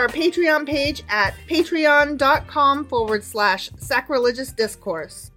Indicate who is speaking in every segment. Speaker 1: our Patreon page at patreon.com forward slash sacrilegious discourse.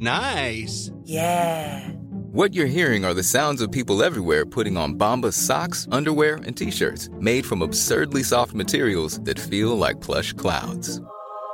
Speaker 2: Nice.
Speaker 3: Yeah.
Speaker 4: What you're hearing are the sounds of people everywhere putting on Bombas socks, underwear, and t-shirts made from absurdly soft materials that feel like plush clouds.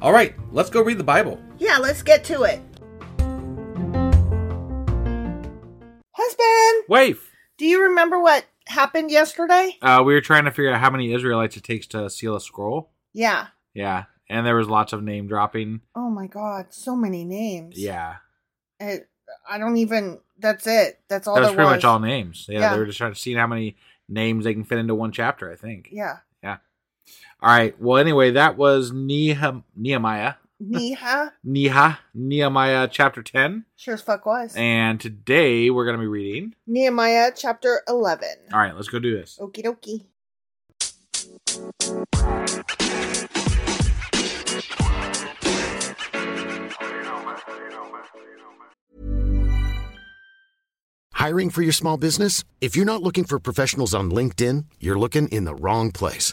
Speaker 5: All right, let's go read the Bible.
Speaker 1: Yeah, let's get to it. Husband!
Speaker 5: Waif!
Speaker 1: Do you remember what happened yesterday?
Speaker 5: Uh, we were trying to figure out how many Israelites it takes to seal a scroll.
Speaker 1: Yeah.
Speaker 5: Yeah. And there was lots of name dropping.
Speaker 1: Oh my god, so many names.
Speaker 5: Yeah.
Speaker 1: It, I don't even. That's it. That's all.
Speaker 5: that was
Speaker 1: there
Speaker 5: pretty
Speaker 1: was.
Speaker 5: much all names. Yeah,
Speaker 1: Yeah.
Speaker 5: They were just trying to see how many names they can fit into one chapter, I think.
Speaker 1: Yeah.
Speaker 5: Yeah. All right. Well, anyway, that was Nehem- Nehemiah.
Speaker 1: Niha
Speaker 5: Neha, Nehemiah chapter 10.
Speaker 1: sure as fuck was.
Speaker 5: And today we're going to be reading.
Speaker 1: Nehemiah chapter eleven.
Speaker 5: All right, let's go do this.
Speaker 1: Okie dokie.
Speaker 6: Hiring for your small business? If you're not looking for professionals on LinkedIn, you're looking in the wrong place.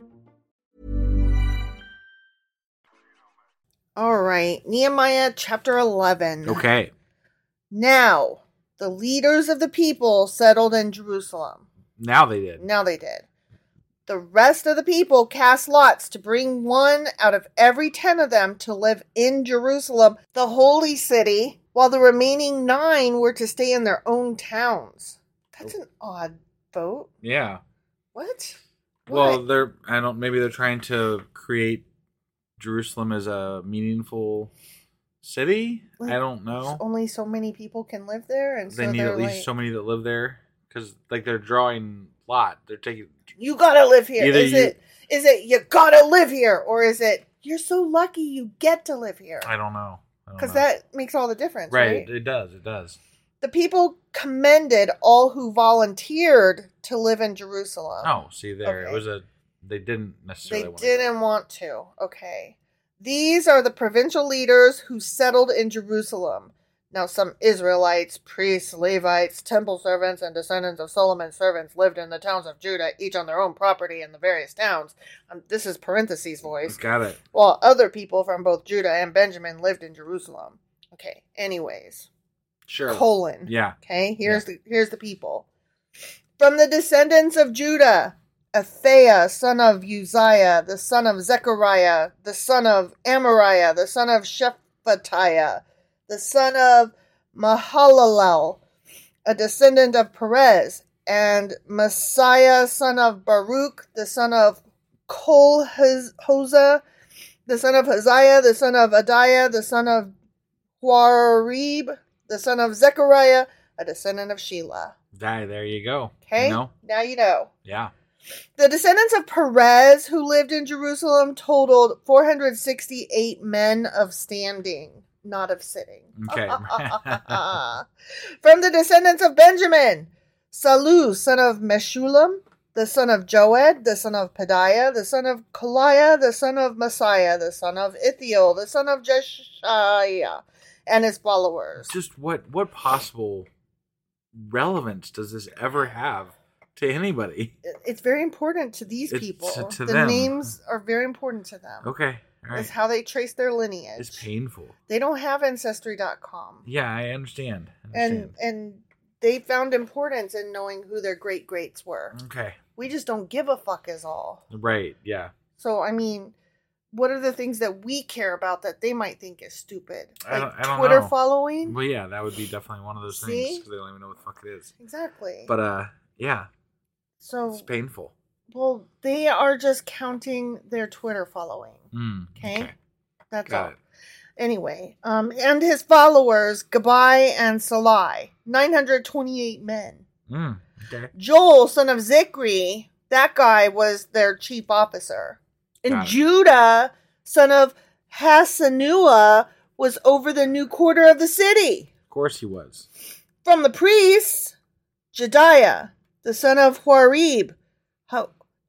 Speaker 1: All right, Nehemiah chapter 11.
Speaker 5: Okay.
Speaker 1: Now, the leaders of the people settled in Jerusalem.
Speaker 5: Now they did.
Speaker 1: Now they did. The rest of the people cast lots to bring one out of every ten of them to live in Jerusalem, the holy city, while the remaining nine were to stay in their own towns. That's an odd vote.
Speaker 5: Yeah.
Speaker 1: What?
Speaker 5: Well,
Speaker 1: What?
Speaker 5: they're I don't maybe they're trying to create Jerusalem as a meaningful city. I don't know.
Speaker 1: Only so many people can live there, and
Speaker 5: they
Speaker 1: so
Speaker 5: need
Speaker 1: they're
Speaker 5: at least
Speaker 1: like,
Speaker 5: so many that live there because like they're drawing lot. They're taking
Speaker 1: You gotta live here. Is
Speaker 5: Either you-
Speaker 1: it? Is it you gotta live here, or is it you're so lucky you get to live here?
Speaker 5: I don't know I don't
Speaker 1: Because
Speaker 5: know.
Speaker 1: that makes all the difference,
Speaker 5: right,
Speaker 1: right?
Speaker 5: It does. It does.
Speaker 1: The people commended all who volunteered to live in Jerusalem.
Speaker 5: Oh, see there
Speaker 1: okay.
Speaker 5: it was a they didn't necessarily
Speaker 1: they
Speaker 5: want
Speaker 1: didn't want to. Okay. These are the provincial leaders who settled in Jerusalem. Now, some Israelites, priests, Levites, temple servants, and descendants of Solomon's servants lived in the towns of Judah, each on their own property in the various towns. Um, this is parentheses voice.
Speaker 5: Got it.
Speaker 1: while other people from both Judah and Benjamin lived in Jerusalem. Okay. Anyways,
Speaker 5: Sure.
Speaker 1: colon.
Speaker 5: Yeah.
Speaker 1: Okay, here's the here's the people. From the descendants of Judah, Athaiah, son of Uzziah, the son of Zechariah, the son of Amariah, the son of Shephatiah, the son of Mahalalel, a descendant of Perez, and Messiah, son of Baruch, the son of Kolhoza, the son of Haziah, the son of Adiah, the son of Huarib, the son of Zechariah, a descendant of Shelah.
Speaker 5: Die. There you go.
Speaker 1: Okay?
Speaker 5: You know?
Speaker 1: Now you know.
Speaker 5: Yeah.
Speaker 1: The descendants of Perez who lived in Jerusalem totaled 468 men of standing, not of sitting.
Speaker 5: Okay.
Speaker 1: From the descendants of Benjamin, Salu, son of Meshulam, the son of Joed, the son of Padiah, the son of Kaliah, the son of Messiah, the son of Ithiel, the son of Jeshiah, and his followers.
Speaker 5: Just what what possible relevance does this ever have to anybody?
Speaker 1: it's very important to these
Speaker 5: It's
Speaker 1: people.
Speaker 5: to- to
Speaker 1: the
Speaker 5: them.
Speaker 1: names are very important to them.
Speaker 5: Okay. All right.
Speaker 1: It's how they trace their lineage.
Speaker 5: It's painful.
Speaker 1: They don't have ancestry.com.
Speaker 5: Yeah, I understand. I
Speaker 1: And
Speaker 5: understand.
Speaker 1: and they found importance in knowing who their great greats were.
Speaker 5: okay.
Speaker 1: We just don't give a fuck is all.
Speaker 5: Right. Yeah.
Speaker 1: So I mean, what are the things that we care about that they might think is stupid?
Speaker 5: I don't- I don't
Speaker 1: Twitter
Speaker 5: know.
Speaker 1: following?
Speaker 5: Well, yeah, that would be definitely one of those things
Speaker 1: See?
Speaker 5: because they don't even know what the fuck it is.
Speaker 1: Exactly.
Speaker 5: But uh, yeah,
Speaker 1: so
Speaker 5: it's painful.
Speaker 1: well, they are just counting their Twitter following.
Speaker 5: Mm,
Speaker 1: Okay? That's all.
Speaker 5: Got it.
Speaker 1: Anyway, um, and his followers, Gabai and Salai, 928 men.
Speaker 5: Mm, okay.
Speaker 1: Joel, son of Zikri, that guy was their chief officer. And
Speaker 5: Got it.
Speaker 1: Judah, son of Hasanua, was over the new quarter of the city.
Speaker 5: Of course he was.
Speaker 1: From the priests, Jediah, the son of Huarib,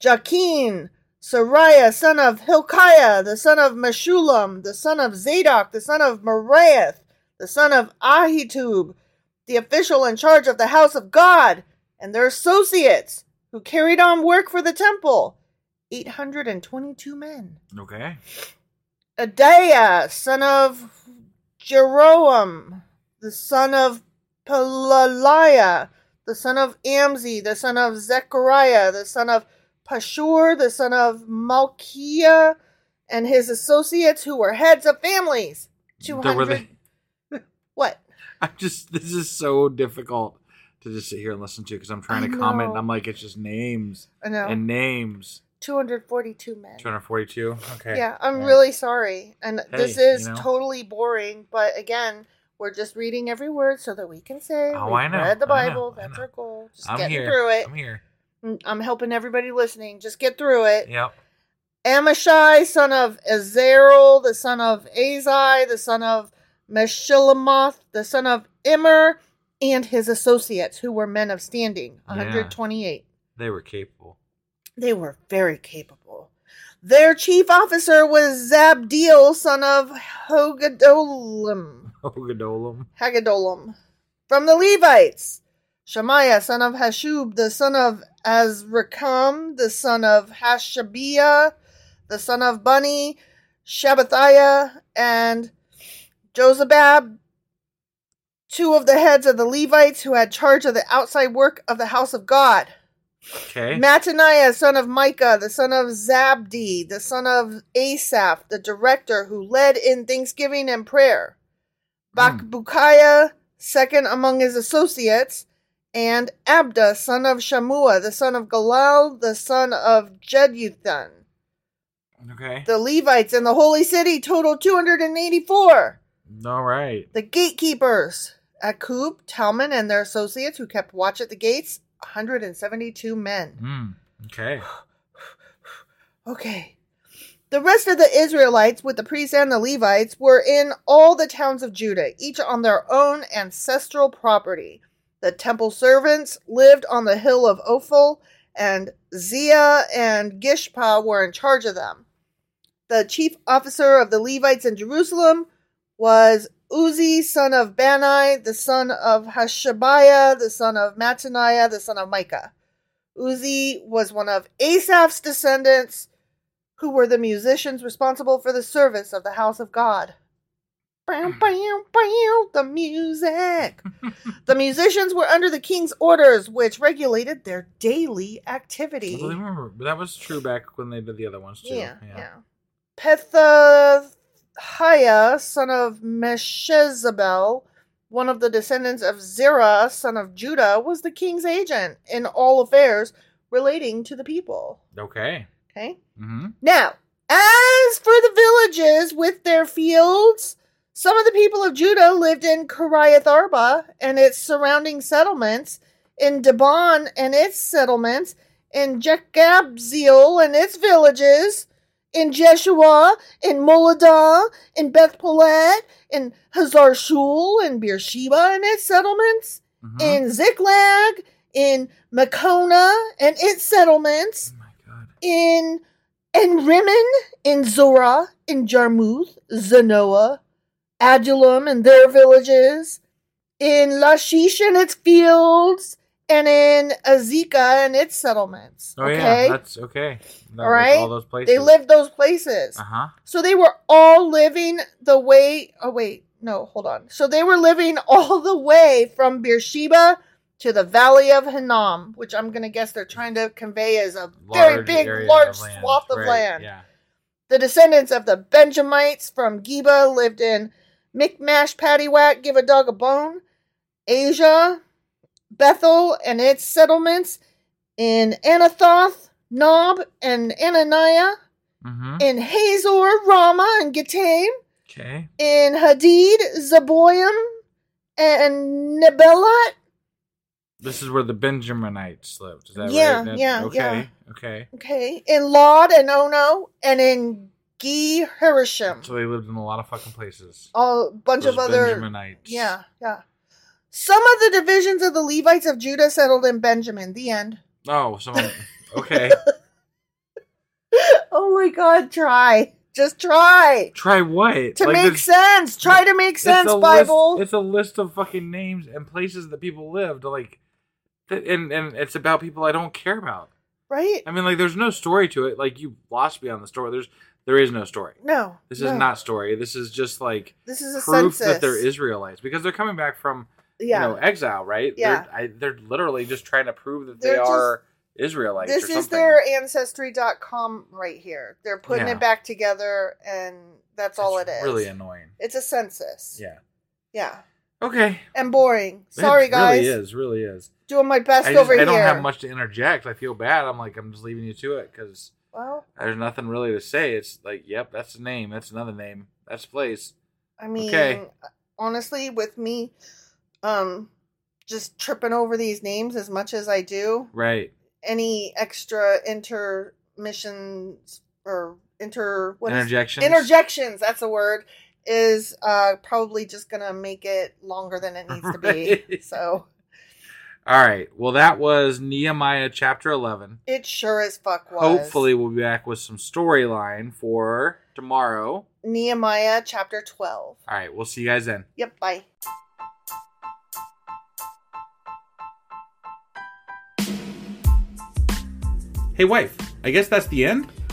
Speaker 1: Jakin, Sariah, son of Hilkiah, the son of Meshulam, the son of Zadok, the son of Meraeth, the son of Ahitub, the official in charge of the house of God, and their associates who carried on work for the temple. 822 men.
Speaker 5: Okay.
Speaker 1: Adaiah, son of Jeroam, the son of Pelaliah, the son of Amzi, the son of Zechariah, the son of Pashur, the son of Malchiah, and his associates who were heads of families. Two
Speaker 5: There were
Speaker 1: hundred.
Speaker 5: the-
Speaker 1: What?
Speaker 5: I'm just. This is so difficult to just sit here and listen to because I'm trying
Speaker 1: I
Speaker 5: to comment and
Speaker 1: know.
Speaker 5: I'm like, it's just names
Speaker 1: I know.
Speaker 5: and names.
Speaker 1: Two hundred forty-two men.
Speaker 5: 242. Okay.
Speaker 1: Yeah, I'm really sorry, and this
Speaker 5: Hey,
Speaker 1: is
Speaker 5: you know.
Speaker 1: totally boring. But again, we're just reading every word so that we can say
Speaker 5: Oh,
Speaker 1: we
Speaker 5: I know,
Speaker 1: read the
Speaker 5: I know,
Speaker 1: Bible.
Speaker 5: I
Speaker 1: That's
Speaker 5: know.
Speaker 1: our goal. Just
Speaker 5: I'm
Speaker 1: getting
Speaker 5: here.
Speaker 1: through it.
Speaker 5: I'm here.
Speaker 1: Mm, I'm, helping everybody listening. Just get through it.
Speaker 5: Yep.
Speaker 1: Amishai, son of Azarel, the son of Azai, the son of Meshilamoth, the son of Immer, and his associates, who were men of standing,
Speaker 5: Yeah.
Speaker 1: 128.
Speaker 5: They were capable.
Speaker 1: They were very capable. Their chief officer was Zabdiel, son of Hogadolim.
Speaker 5: Ogadolum.
Speaker 1: Hagadolam. From the Levites, Shemaiah, son of Hashub, the son of Azrikam, the son of Hashabiah, the son of Bunny, Shabbathiah, and Josabab, two of the heads of the Levites who had charge of the outside work of the house of God.
Speaker 5: Okay.
Speaker 1: Mattaniah, son of Micah, the son of Zabdi, the son of Asaph, the director who led in thanksgiving and prayer. Bakbukiah, second among his associates, and Abda, son of Shamua, the son of Galal, the son of Jeduthun.
Speaker 5: okay.
Speaker 1: The Levites in the holy city total 284.
Speaker 5: All right.
Speaker 1: The gatekeepers, Akub, Talman, and their associates who kept watch at the gates, 172 men.
Speaker 5: Mm. Okay.
Speaker 1: Okay. The rest of the Israelites, with the priests and the Levites, were in all the towns of Judah, each on their own ancestral property. The temple servants lived on the hill of Ophel, and Zia and Gishpa were in charge of them. The chief officer of the Levites in Jerusalem was Uzi, son of Bani, the son of Hashabiah, the son of Mattaniah, the son of Micah. Uzi was one of Asaph's descendants, who were the musicians responsible for the service of the house of God. Bow, bow, bow, the music. the musicians were under the king's orders, which regulated their daily activity.
Speaker 5: Well, they were- that was true back when they did the other ones too.
Speaker 1: Yeah, yeah. Pethahiah, son of Meshezabel, one of the descendants of Zerah, son of Judah, was the king's agent in all affairs relating to the people.
Speaker 5: Okay.
Speaker 1: Okay.
Speaker 5: Mm-hmm.
Speaker 1: Now, as for the villages with their fields, some of the people of Judah lived in Kiriath Arba and its surrounding settlements, in Debon and its settlements, in Jekabzeel and its villages, in Jeshua, in Moladah, in Beth Pelet, in Hazar Shul, in Beersheba and its settlements,
Speaker 5: Mm-hmm.
Speaker 1: in Ziklag, in Makona and its settlements,
Speaker 5: Oh my god.
Speaker 1: in in Rimmon, in Zorah, in Jarmuth, Zanoah, Adullam and their villages, in Lashish and its fields, and in Azekah and its settlements.
Speaker 5: Oh
Speaker 1: okay,
Speaker 5: yeah, that's okay. That
Speaker 1: all
Speaker 5: was
Speaker 1: right.
Speaker 5: All those places.
Speaker 1: They lived those places.
Speaker 5: Uh huh.
Speaker 1: So they were all living the way. Oh wait, no, hold on. So they were living all the way from Beersheba to the Valley of Hinnom, which I'm gonna guess they're trying to convey as a very big, large swath of land.
Speaker 5: Yeah.
Speaker 1: The descendants of the Benjamites from Geba lived in Micmash, Paddywhack, Give a Dog a Bone, Asia, Bethel and its settlements, in Anathoth, Nob, and Ananiah,
Speaker 5: Mm-hmm.
Speaker 1: in Hazor, Rama, and Gitaim,
Speaker 5: Okay.
Speaker 1: in Hadid, Zeboim, and Nebelot.
Speaker 5: This is where the Benjaminites lived. Is that
Speaker 1: Yeah,
Speaker 5: right? That-
Speaker 1: yeah,
Speaker 5: Okay. Okay.
Speaker 1: Okay, in Lod and Ono, and in Ge Herishim.
Speaker 5: So they lived in a lot of fucking places.
Speaker 1: A bunch
Speaker 5: Those
Speaker 1: of other
Speaker 5: Benjaminites.
Speaker 1: Yeah, yeah. Some of the divisions of the Levites of Judah settled in Benjamin. The end.
Speaker 5: Oh, someone. Okay.
Speaker 1: Oh my God! Try, just try
Speaker 5: Try what?
Speaker 1: to
Speaker 5: Like,
Speaker 1: make
Speaker 5: this-
Speaker 1: sense. Try to make
Speaker 5: it's
Speaker 1: sense,
Speaker 5: a list-
Speaker 1: Bible.
Speaker 5: it's a list of fucking names and places that people lived. Like, th- and and it's about people I don't care about.
Speaker 1: right?
Speaker 5: I mean, like, there's no story to it. Like, you lost me on the story. There's there is no story.
Speaker 1: No,
Speaker 5: This
Speaker 1: no.
Speaker 5: is not story. This is just like
Speaker 1: This is a
Speaker 5: proof
Speaker 1: census.
Speaker 5: that they're Israelites because they're coming back from
Speaker 1: Yeah.
Speaker 5: you know exile, right?
Speaker 1: Yeah.
Speaker 5: They're, I, they're literally just trying to prove that
Speaker 1: They're
Speaker 5: they
Speaker 1: just-
Speaker 5: are Israelites.
Speaker 1: this
Speaker 5: or
Speaker 1: is
Speaker 5: something.
Speaker 1: their ancestry.com right here. They're putting
Speaker 5: Yeah.
Speaker 1: it back together, and that's all
Speaker 5: It's
Speaker 1: it is.
Speaker 5: Really annoying.
Speaker 1: it's a census.
Speaker 5: Yeah.
Speaker 1: yeah,
Speaker 5: Okay.
Speaker 1: and boring. Sorry,
Speaker 5: it
Speaker 1: guys.
Speaker 5: Really is. Really is.
Speaker 1: Doing my best
Speaker 5: I, just-
Speaker 1: over
Speaker 5: I don't
Speaker 1: here.
Speaker 5: have much to interject. I feel bad. I'm like I'm just leaving you to it because
Speaker 1: Well,
Speaker 5: there's nothing really to say. It's like, yep, that's a name. That's another name. That's a place.
Speaker 1: I mean,
Speaker 5: Okay.
Speaker 1: honestly, with me, um, just tripping over these names as much as I do,
Speaker 5: Right.
Speaker 1: any extra intermissions or inter what is-
Speaker 5: Interjections.
Speaker 1: interjections. That's the word. is uh, probably just gonna make it longer than it needs to be.
Speaker 5: Right.
Speaker 1: So
Speaker 5: All right. Well, that was Nehemiah chapter 11.
Speaker 1: it sure as fuck was.
Speaker 5: Hopefully, we'll be back with some storyline for tomorrow.
Speaker 1: Nehemiah chapter twelve.
Speaker 5: All right. We'll see you guys then.
Speaker 1: Yep. Bye.
Speaker 5: Hey, wife. I guess that's the end?